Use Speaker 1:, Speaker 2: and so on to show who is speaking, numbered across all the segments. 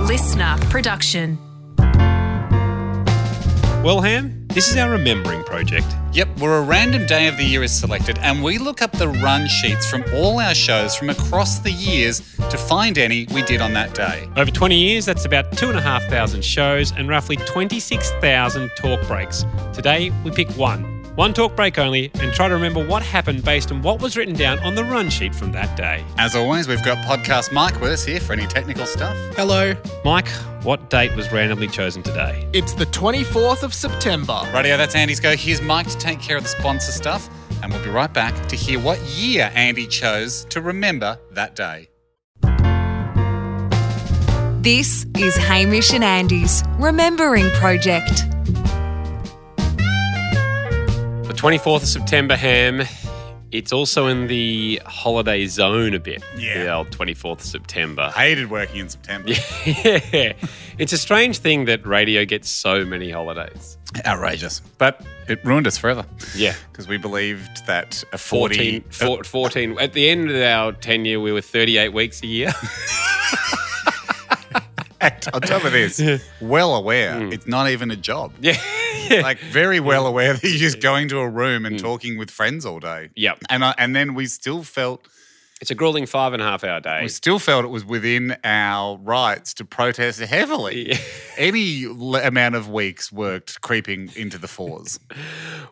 Speaker 1: listener production.
Speaker 2: Well, Ham, this is our remembering project.
Speaker 3: Yep, where a random day of the year is selected, and we look up the run sheets from all our shows from across the years to find any we did on that day.
Speaker 2: Over 20 years, that's about 2,500 shows and roughly 26,000 talk breaks. Today, we pick one. One talk break only and try to remember what happened based on what was written down on the run sheet from that day.
Speaker 3: As always, we've got podcast Mike with us here for any technical stuff.
Speaker 4: Hello,
Speaker 2: Mike, what date was randomly chosen today?
Speaker 4: it's the 24th of September.
Speaker 3: Radio, that's Andy's go. Here's Mike to take care of the sponsor stuff, and we'll be right back to hear what year Andy chose to remember that day.
Speaker 1: This is Hamish and Andy's Remembering Project.
Speaker 2: The 24th of September, Ham. It's also in the holiday zone a bit.
Speaker 3: Yeah.
Speaker 2: The old 24th of September.
Speaker 3: Hated working in September.
Speaker 2: yeah. It's a strange thing that radio gets so many holidays.
Speaker 3: Outrageous. But it ruined us forever.
Speaker 2: Yeah.
Speaker 3: Because we believed that a 40.
Speaker 2: 14, four- 14. At the end of our tenure, we were 38 weeks a year.
Speaker 3: on top of this, well aware,
Speaker 2: Hmm.
Speaker 3: it's not even a job.
Speaker 2: yeah. yeah.
Speaker 3: like very well aware that you're just going to a room and talking with friends all day.
Speaker 2: Hmm. Yep.
Speaker 3: And I, and then we still felt
Speaker 2: It's a grueling five and a half hour day.
Speaker 3: we still felt it was within our rights to protest heavily.
Speaker 2: Yeah.
Speaker 3: Any l- amount of weeks worked creeping into the fours.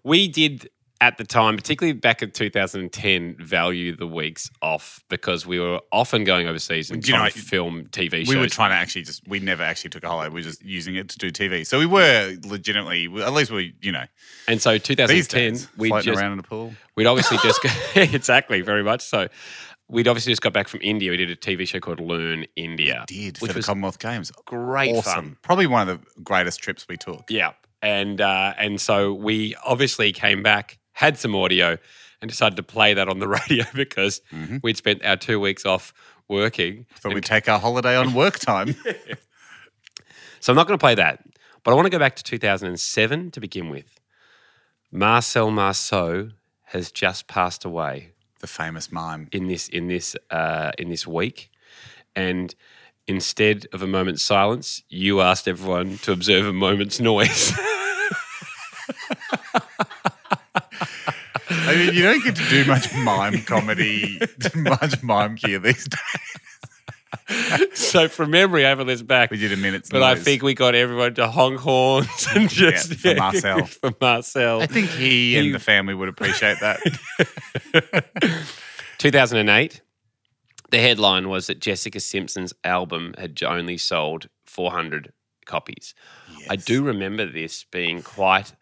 Speaker 2: We did at the time, particularly back in 2010, value the weeks off because we were often going overseas and
Speaker 3: You know,
Speaker 2: trying to film TV shows.
Speaker 3: we were trying to actually just we never actually took a holiday. We were just using it to do TV. So we were legitimately at least we you know
Speaker 2: and so
Speaker 3: these
Speaker 2: 2010,
Speaker 3: days
Speaker 2: we
Speaker 3: floating
Speaker 2: just
Speaker 3: around in a pool.
Speaker 2: We'd obviously just go, exactly very much so. We'd obviously just got back from India. We did a TV show called Learn India,
Speaker 3: Did
Speaker 2: which
Speaker 3: for the
Speaker 2: was
Speaker 3: Commonwealth Games.
Speaker 2: great
Speaker 3: awesome.
Speaker 2: fun.
Speaker 3: Probably one of the greatest trips we took.
Speaker 2: Yeah, and uh, and so we obviously came back, had some audio, and decided to play that on the radio because
Speaker 3: Mm-hmm.
Speaker 2: we'd spent our two weeks off working.
Speaker 3: Thought we'd take our holiday on work time.
Speaker 2: So I'm not going to play that, but I want to go back to 2007 to begin with. Marcel Marceau has just passed away.
Speaker 3: the famous mime.
Speaker 2: in this in this uh, in this week, and instead of a moment's silence, you asked everyone to observe a moment's noise.
Speaker 3: I mean, you don't get to do much mime comedy, much mime here these days.
Speaker 2: so from memory, I haven't listened back.
Speaker 3: We did a minute's
Speaker 2: but I
Speaker 3: noise.
Speaker 2: think we got everyone to honk horns and just
Speaker 3: for Marcel.
Speaker 2: for Marcel.
Speaker 3: I think he and the family would appreciate that.
Speaker 2: 2008. The headline was that Jessica Simpson's album had only sold 400 copies. I do remember this being quite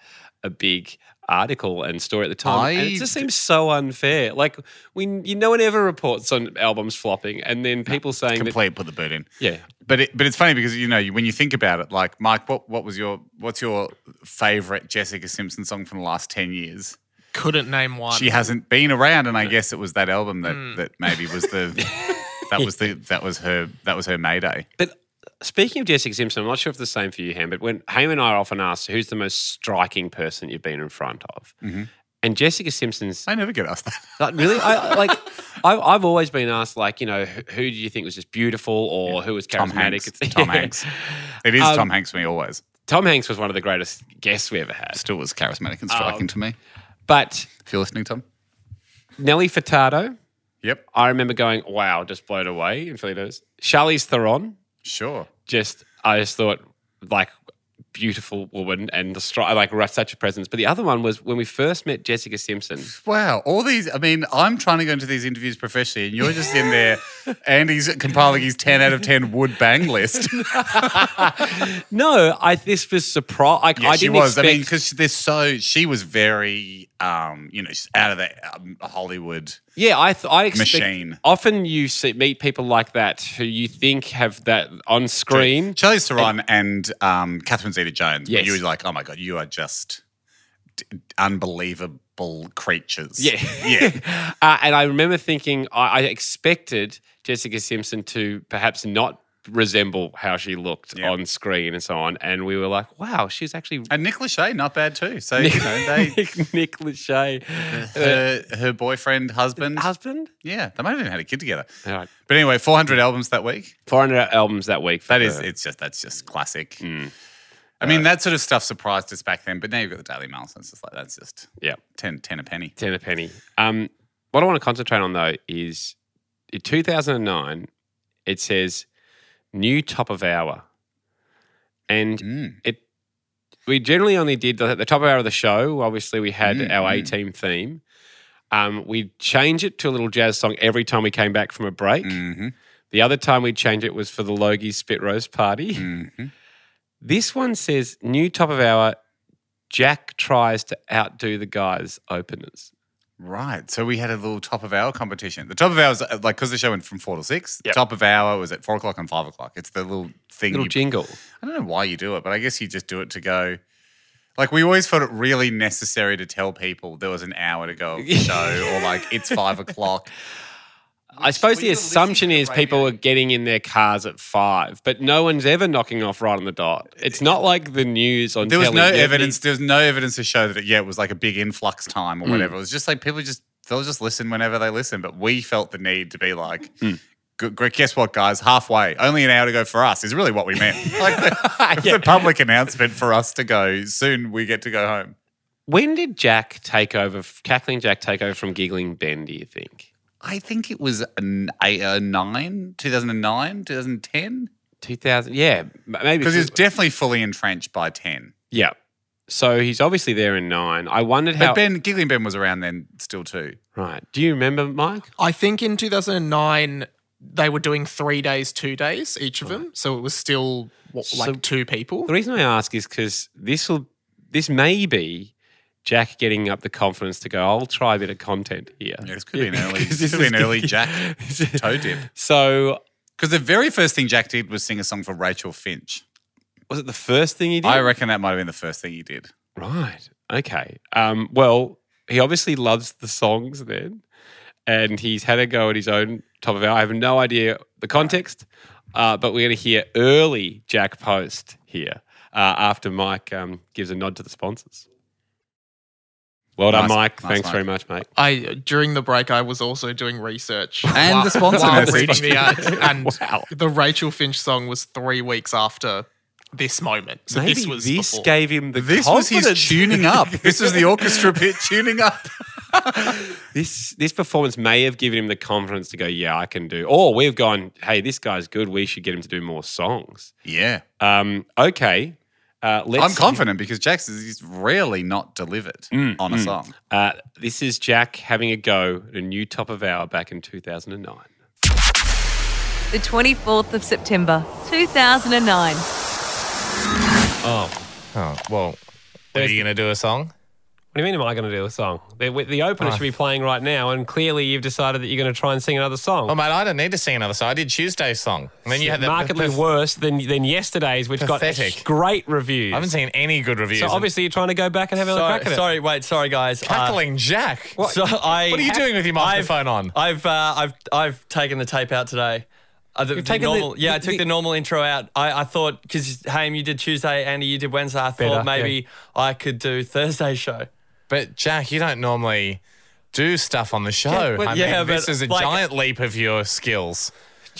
Speaker 2: a big article and story at the time. and
Speaker 3: I
Speaker 2: it just seems so unfair. Like when you no one ever reports on albums flopping, and then people saying that,
Speaker 3: Complete put the boot in.
Speaker 2: yeah,
Speaker 3: But it, but it's funny because you know you- when you think about it, like Mike, what what was your what's your favorite Jessica Simpson song from the last ten years?
Speaker 4: Couldn't name one.
Speaker 3: She hasn't been around, and I guess it was that album that
Speaker 2: Hmm.
Speaker 3: that maybe was the that was the that was her that was her mayday.
Speaker 2: But speaking of Jessica Simpson, I'm not sure if it's the same for you, Ham, but when Ham and I are often asked who's the most striking person you've been in front of,
Speaker 3: Mm-hmm.
Speaker 2: and Jessica Simpson's
Speaker 3: I never get asked that.
Speaker 2: Like really, I I- like. I, I've always been asked, like, you know, who, who do you think was just beautiful or who was charismatic?
Speaker 3: Tom Hanks.
Speaker 2: It's-
Speaker 3: Tom
Speaker 2: yeah.
Speaker 3: Hanks. It is
Speaker 2: Um,
Speaker 3: Tom Hanks for me always.
Speaker 2: Tom Hanks was one of the greatest guests we ever had.
Speaker 3: Still was charismatic and striking
Speaker 2: Um,
Speaker 3: to me.
Speaker 2: But
Speaker 3: If you're listening, Tom.
Speaker 2: Nelly Furtado,
Speaker 3: Yep.
Speaker 2: I remember going, wow, just blown away in Philly Doors. Charlize Theron,
Speaker 3: Sure.
Speaker 2: just, I just thought, like, beautiful woman and the stri- like, right, such a presence. But the other one was when we first met Jessica Simpson.
Speaker 3: Wow. All these, I mean, I'm trying to go into these interviews professionally, and you're just in there. Andy's compiling his 10 out of 10 wood bang list.
Speaker 2: No, I this was surprise. Like, I didn't
Speaker 3: she was. I mean,
Speaker 2: expect-
Speaker 3: because there's so, she was very, um, you know, she's out of the um, Hollywood.
Speaker 2: Yeah, I th- I expect
Speaker 3: Machine.
Speaker 2: often you see, meet people like that who you think have that on screen.
Speaker 3: Charlie Theron and um, Catherine Zeta Jones.
Speaker 2: Yes.
Speaker 3: You were like, oh my God, you are just d- unbelievable creatures.
Speaker 2: Yeah,
Speaker 3: Yeah.
Speaker 2: uh, and I remember thinking I, I expected Jessica Simpson to perhaps not resemble how she looked
Speaker 3: Yeah.
Speaker 2: on screen and so on. And we were like, wow, she's actually
Speaker 3: And Nick Lachey, not bad too. So you know, they
Speaker 2: Nick, Uh, Nick Lachey.
Speaker 3: her, her boyfriend, husband,
Speaker 2: Husband?
Speaker 3: yeah, they might have even had a kid together.
Speaker 2: All right.
Speaker 3: But anyway, 400 albums that week.
Speaker 2: 400 albums that week. For
Speaker 3: That is,
Speaker 2: her.
Speaker 3: it's just that's just classic.
Speaker 2: Mm.
Speaker 3: I mean, that sort of stuff surprised us back then, but now you've got the Daily Mail, so it's just like that's just
Speaker 2: Yeah.
Speaker 3: 10, 10 a penny.
Speaker 2: 10 a penny. Um, what I want to concentrate on though is in 2009, it says new top of hour. And
Speaker 3: Mm.
Speaker 2: it we generally only did the, the top hour of the show. Obviously, we had
Speaker 3: Mm,
Speaker 2: our
Speaker 3: mm.
Speaker 2: A team theme. Um, we'd change it to a little jazz song every time we came back from a break.
Speaker 3: hmm
Speaker 2: The other time we'd change it was for the Logie Spit Roast Party.
Speaker 3: hmm
Speaker 2: This one says new top of hour. Jack tries to outdo the guys openers.
Speaker 3: Right. So we had a little top of hour competition. The top of hour was uh, like because the show went from four to six. the
Speaker 2: Yep.
Speaker 3: Top of hour was at four o'clock and five o'clock. It's the little thing.
Speaker 2: Little
Speaker 3: you-
Speaker 2: jingle.
Speaker 3: I don't know why you do it, but I guess you just do it to go. Like we always felt it really necessary to tell people there was an hour to go of the show, or like it's five o'clock.
Speaker 2: I suppose
Speaker 3: were
Speaker 2: the
Speaker 3: you listening
Speaker 2: assumption
Speaker 3: to the
Speaker 2: is people
Speaker 3: radio?
Speaker 2: are getting in their cars at five, but no one's ever knocking off right on the dot. It's not like the news on
Speaker 3: There was
Speaker 2: telly
Speaker 3: no
Speaker 2: that the-
Speaker 3: evidence. There was no evidence to show that it, yeah, it was like a big influx time or whatever. It was just like people just they'll just listen whenever they listen. But we felt the need to be like, "Gu- gu- guess what, guys? Halfway, only an hour to go for us is really what we meant. Like the, it was
Speaker 2: Yeah.
Speaker 3: a public announcement for us to go. Soon we get to go home.
Speaker 2: When did Jack take over? Cackling Jack take over from Giggling Ben? Do you think
Speaker 3: I think it was an, a, a nine, 2009, 2010.
Speaker 2: two thousand? Yeah, m- maybe
Speaker 3: Because it's definitely fully entrenched by 10.
Speaker 2: yeah. So he's obviously there in nine. I wondered
Speaker 3: But
Speaker 2: how.
Speaker 3: Ben, Giggling Ben was around then still too.
Speaker 2: right? Do you remember, Mike?
Speaker 4: I think in 2009 they were doing three days, two days each of them, so it was still what, like
Speaker 2: So-
Speaker 4: two people.
Speaker 2: The reason I ask is because this will this may be Jack getting up the confidence to go. I'll try a bit of content here.
Speaker 3: Yeah, this could be an early,
Speaker 2: 'cause
Speaker 3: this could be
Speaker 2: is-
Speaker 3: an early Jack toe dip.
Speaker 2: So
Speaker 3: Because the very first thing Jack did was sing a song for Rachel Finch.
Speaker 2: was it the first thing he did?
Speaker 3: I reckon that might have been the first thing he did.
Speaker 2: Right. Okay. Um, well, he obviously loves the songs then, and he's had a go at his own top of hour. I have no idea the context, uh, but we're going to hear early Jack Post here uh, after Mike um, gives a nod to the sponsors. Well done,
Speaker 3: Nice-
Speaker 2: Mike.
Speaker 3: nice,
Speaker 2: Thanks
Speaker 3: Mike.
Speaker 2: very much, mate.
Speaker 4: I during the break I was also doing research
Speaker 3: And the sponsor
Speaker 4: while
Speaker 3: message.
Speaker 4: reading the ad, and
Speaker 2: Wow.
Speaker 4: the Rachel Finch song was three weeks after this moment. So
Speaker 2: Maybe
Speaker 4: this was before.
Speaker 2: gave him the
Speaker 3: This was his
Speaker 2: confidence.
Speaker 3: tuning up. this was the orchestra bit tuning up.
Speaker 2: This this performance may have given him the confidence to go, yeah, I can do. Or we've gone, hey, this guy's good. We should get him to do more songs.
Speaker 3: Yeah.
Speaker 2: Um, okay, uh, let's.
Speaker 3: Uh, I'm confident because Jack's is he's rarely not delivered on a song.
Speaker 2: Uh, this is Jack having a go at a new top of hour back in 2009.
Speaker 1: The 24th of September, 2009.
Speaker 5: Oh, well, are you going to do a song?
Speaker 6: What do you mean, am I going to do a song? The, the opener should be
Speaker 5: Ah.
Speaker 6: playing right now, and clearly you've decided that you're going to try and sing another song.
Speaker 5: Oh, mate, I don't need to sing another song. I did Tuesday's song. And then you had that.
Speaker 6: Markedly worse than, than yesterday's, which got
Speaker 5: Pathetic.
Speaker 6: great reviews.
Speaker 5: I haven't seen any good reviews.
Speaker 6: so obviously you're trying to go back and have another
Speaker 7: sorry,
Speaker 6: crack at it.
Speaker 7: sorry, wait, sorry, guys. Uh,
Speaker 5: Cackling Jack. What,
Speaker 7: so I,
Speaker 5: what are you doing with your
Speaker 7: I've-
Speaker 5: microphone on?
Speaker 7: I've uh, I've I've taken the tape out today. Uh, the, the
Speaker 6: taken the-
Speaker 7: normal, yeah, I
Speaker 6: the-
Speaker 7: took the,
Speaker 6: the-
Speaker 7: normal intro out. I, I thought because Haim, you did Tuesday, Andy, you did Wednesday. I
Speaker 6: Better,
Speaker 7: thought maybe I could do Thursday's show.
Speaker 5: But Jack, you don't normally do stuff on the show.
Speaker 7: Yeah, but-
Speaker 5: I mean,
Speaker 7: yeah,
Speaker 5: this
Speaker 7: but,
Speaker 5: is a
Speaker 7: like-
Speaker 5: giant leap of your skills.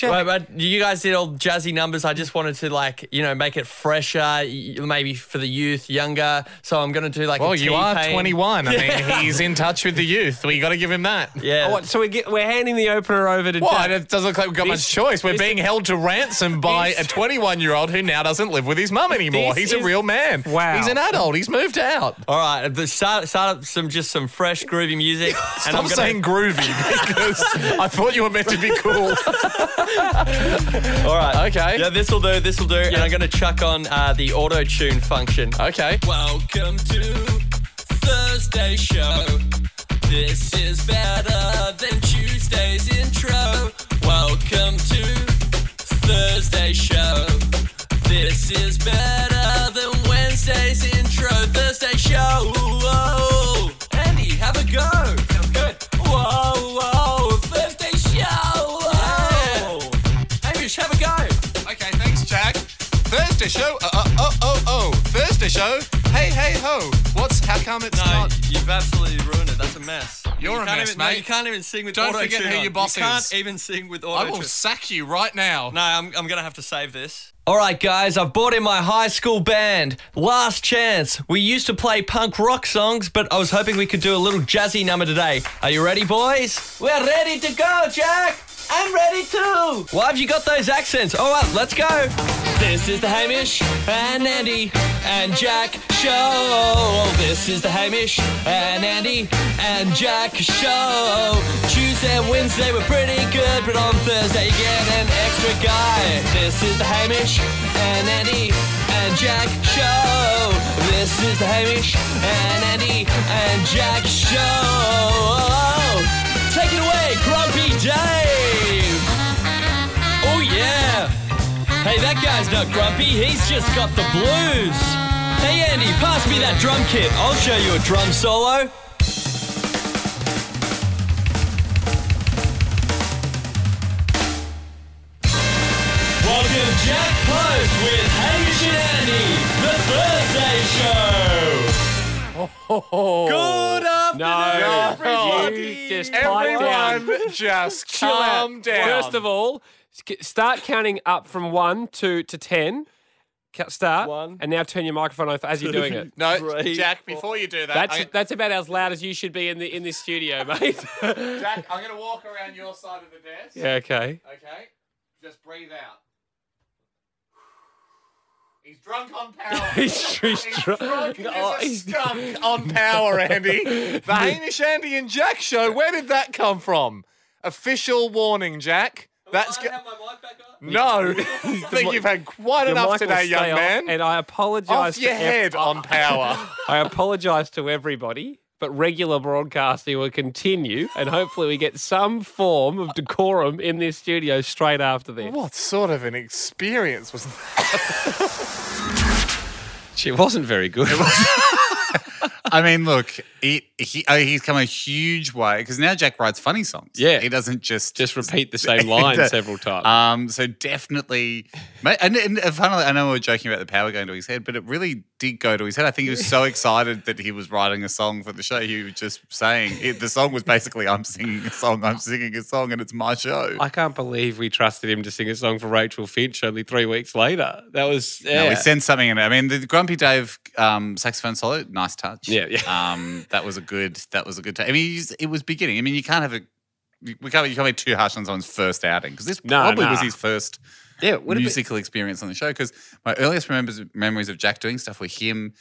Speaker 7: Well, but you guys did all jazzy numbers. I just wanted to like you know make it fresher, y- maybe for the youth, younger. So I'm gonna do like.
Speaker 5: Well,
Speaker 7: a
Speaker 5: you are
Speaker 7: T-Pain.
Speaker 5: 21. I mean, he's in touch with the youth. We got to give him that.
Speaker 7: Yeah.
Speaker 6: Oh, what, so we get, we're handing the opener over to
Speaker 5: Why?
Speaker 6: Jack.
Speaker 5: It doesn't look like we've got
Speaker 6: This-
Speaker 5: much choice. We're
Speaker 6: this
Speaker 5: being held to ransom by a 21 year old who now doesn't live with his mum anymore.
Speaker 6: This
Speaker 5: He's a
Speaker 6: is-
Speaker 5: real man.
Speaker 6: Wow.
Speaker 5: He's an adult. He's moved out.
Speaker 7: All right, the start, start up some just some fresh groovy music,
Speaker 5: Stop saying groovy because I thought you were meant to be cool.
Speaker 7: All right,
Speaker 5: Okay.
Speaker 7: Yeah, this will do. This will do. And I'm gonna chuck on uh, the auto tune function.
Speaker 5: Okay.
Speaker 7: Welcome to Thursday show. This is better than Tuesday's intro. Welcome to Thursday show. This is better than Wednesday's intro. Thursday show. Whoa. Andy, have a go. Good. Whoa, whoa. Thursday show. Whoa. Hamish, have a go. Okay.
Speaker 5: Thursday show. Uh, uh, oh, oh, oh. Thursday show. Hey, hey, ho. What's, how come it's
Speaker 7: No,
Speaker 5: not?
Speaker 7: you've absolutely ruined it. That's a mess.
Speaker 5: You're
Speaker 7: You
Speaker 5: a
Speaker 7: can't
Speaker 5: mess,
Speaker 7: even, No,
Speaker 5: mate.
Speaker 7: you can't even sing with
Speaker 5: Don't
Speaker 7: auto
Speaker 5: forget who your boss
Speaker 7: you can't
Speaker 5: is.
Speaker 7: even sing with auto
Speaker 5: I will sack you right now.
Speaker 7: No, I'm, I'm going to have to save this. All right, guys, I've brought in my high school band, Last Chance. We used to play punk rock songs, but I was hoping we could do a little jazzy number today. Are you ready, boys? We're ready to go, Jack! I'm ready too! Why have you got those accents? All right, let's go! This is the Hamish and Andy and Jack show. This is the Hamish and Andy and Jack show. Tuesday and Wednesday were pretty good, but on Thursday you get an extra guy. This is the Hamish and Andy and Jack show. This is the Hamish and Andy and Jack show. Take it away, Grumpy Dave. Oh yeah. Hey, that guy's not grumpy. He's just got the blues. Hey, Andy, pass me that drum kit. I'll show you a drum solo. Welcome, Jack Post with Hamish and Andy, the Thursday Show. Good afternoon.
Speaker 2: No, you just pipe down.
Speaker 3: Everyone just
Speaker 2: Chill
Speaker 3: calm
Speaker 2: out.
Speaker 3: down.
Speaker 2: Uh, First of all, sk- start counting up from one to to ten. Ca- Start
Speaker 7: One.
Speaker 2: and now turn your microphone off as you're doing it.
Speaker 3: no,
Speaker 7: Three,
Speaker 3: Jack, before you do that,
Speaker 2: That's
Speaker 3: I-
Speaker 2: that's about as loud as you should be in the in this studio, mate.
Speaker 3: Jack, I'm going to walk around your side of the desk.
Speaker 2: yeah, okay.
Speaker 3: Okay? Just breathe out. He's drunk on power.
Speaker 2: He's, he's Oh, drunk.
Speaker 3: There's a skunk on power, Andy.
Speaker 5: The Hamish, Andy, and Jack show. Where did that come from? Official warning, Jack. That's go- no. I think you've had quite
Speaker 2: Your
Speaker 5: enough
Speaker 2: mic will
Speaker 5: today, young
Speaker 2: stay off,
Speaker 5: man.
Speaker 2: and I apologise.
Speaker 5: Off
Speaker 2: to
Speaker 5: your
Speaker 2: ev-
Speaker 5: head on power.
Speaker 2: I apologise to everybody. But regular broadcasting will continue, and hopefully, we get some form of decorum in this studio straight after this.
Speaker 5: what sort of an experience was that?
Speaker 2: She wasn't very good.
Speaker 3: I mean, look, he, he, oh, he's come a huge way because now Jack writes funny songs.
Speaker 2: Yeah.
Speaker 3: He doesn't just.
Speaker 2: Just repeat the same line
Speaker 3: Yeah.
Speaker 2: several times.
Speaker 3: Um, so definitely, mate, and, and funnily, I know we were joking about the power going to his head, but it really did go to his head. I think he was so excited that he was writing a song for the show. He was just saying it, the song was basically, "I'm singing a song, I'm singing a song, and it's my show."
Speaker 2: I can't believe we trusted him to sing a song for Rachel Finch only three weeks later. That was yeah.
Speaker 3: No, we sent something in. I mean, the Grumpy Dave um, saxophone solo, nice touch.
Speaker 2: Yeah, yeah.
Speaker 3: Um, that was a good. That was a good. T- I mean, he's- it was beginning. I mean, you can't have a. you- We can't. You can't be too harsh on someone's first outing because this
Speaker 2: No,
Speaker 3: probably
Speaker 2: nah.
Speaker 3: was his first
Speaker 2: yeah, it would have been-
Speaker 3: musical experience on the show. Because my earliest remembers, memories of Jack doing stuff were him,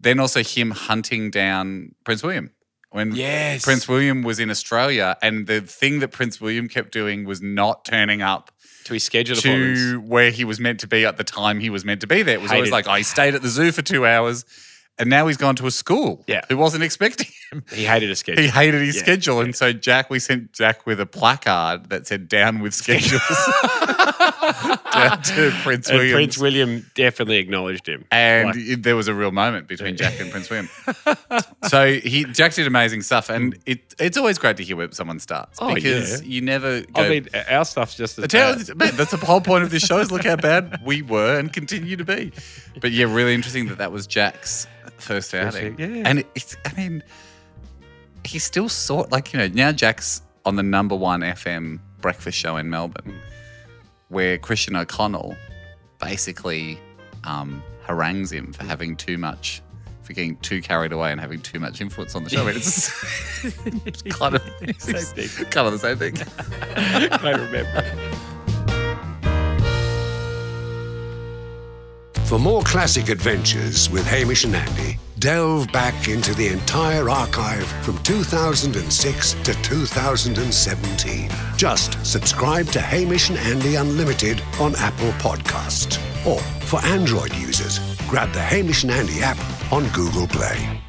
Speaker 3: then also him hunting down Prince William. When
Speaker 2: Yes.
Speaker 3: Prince William was in Australia, and the thing that Prince William kept doing was not turning up
Speaker 2: to his scheduled appointments.
Speaker 3: to where he was meant to be at the time he was meant to be there. It was always
Speaker 2: Hated
Speaker 3: like, I stayed at the zoo for two hours, and now he's gone to a school
Speaker 2: Yeah.
Speaker 3: who wasn't expecting him.
Speaker 2: He hated a schedule.
Speaker 3: He hated his
Speaker 2: Yeah,
Speaker 3: schedule. And so Jack, we sent Jack with a placard that said down with schedules down to Prince
Speaker 2: and
Speaker 3: William.
Speaker 2: Prince William definitely acknowledged him.
Speaker 3: and
Speaker 2: Like,
Speaker 3: it- there was a real moment between Jack and Prince William. so he Jack did amazing stuff, and it it's always great to hear where someone starts
Speaker 2: Mm. Oh,
Speaker 3: because
Speaker 2: yeah.
Speaker 3: you never. Go,
Speaker 2: I mean, our stuff's just as
Speaker 3: the town,
Speaker 2: bad.
Speaker 3: mate, that's the whole point of this show is look how bad we were and continue to be. But yeah, really interesting that that was Jack's first outing.
Speaker 2: yeah.
Speaker 3: And it- it's, I mean, he still sort like, you know, now Jack's on the number one FM breakfast show in Melbourne where Christian O'Connell basically um, harangues him for having too much, for getting too carried away and having too much influence on the show. I mean, it's, it's kind of, it's kind of the same thing.
Speaker 2: I remember.
Speaker 8: For more classic adventures with Hamish and Andy, delve back into the entire archive from 2006 to 2017. Just subscribe to Hamish and Andy Unlimited on Apple Podcasts. Or for Android users, grab the Hamish and Andy app on Google Play.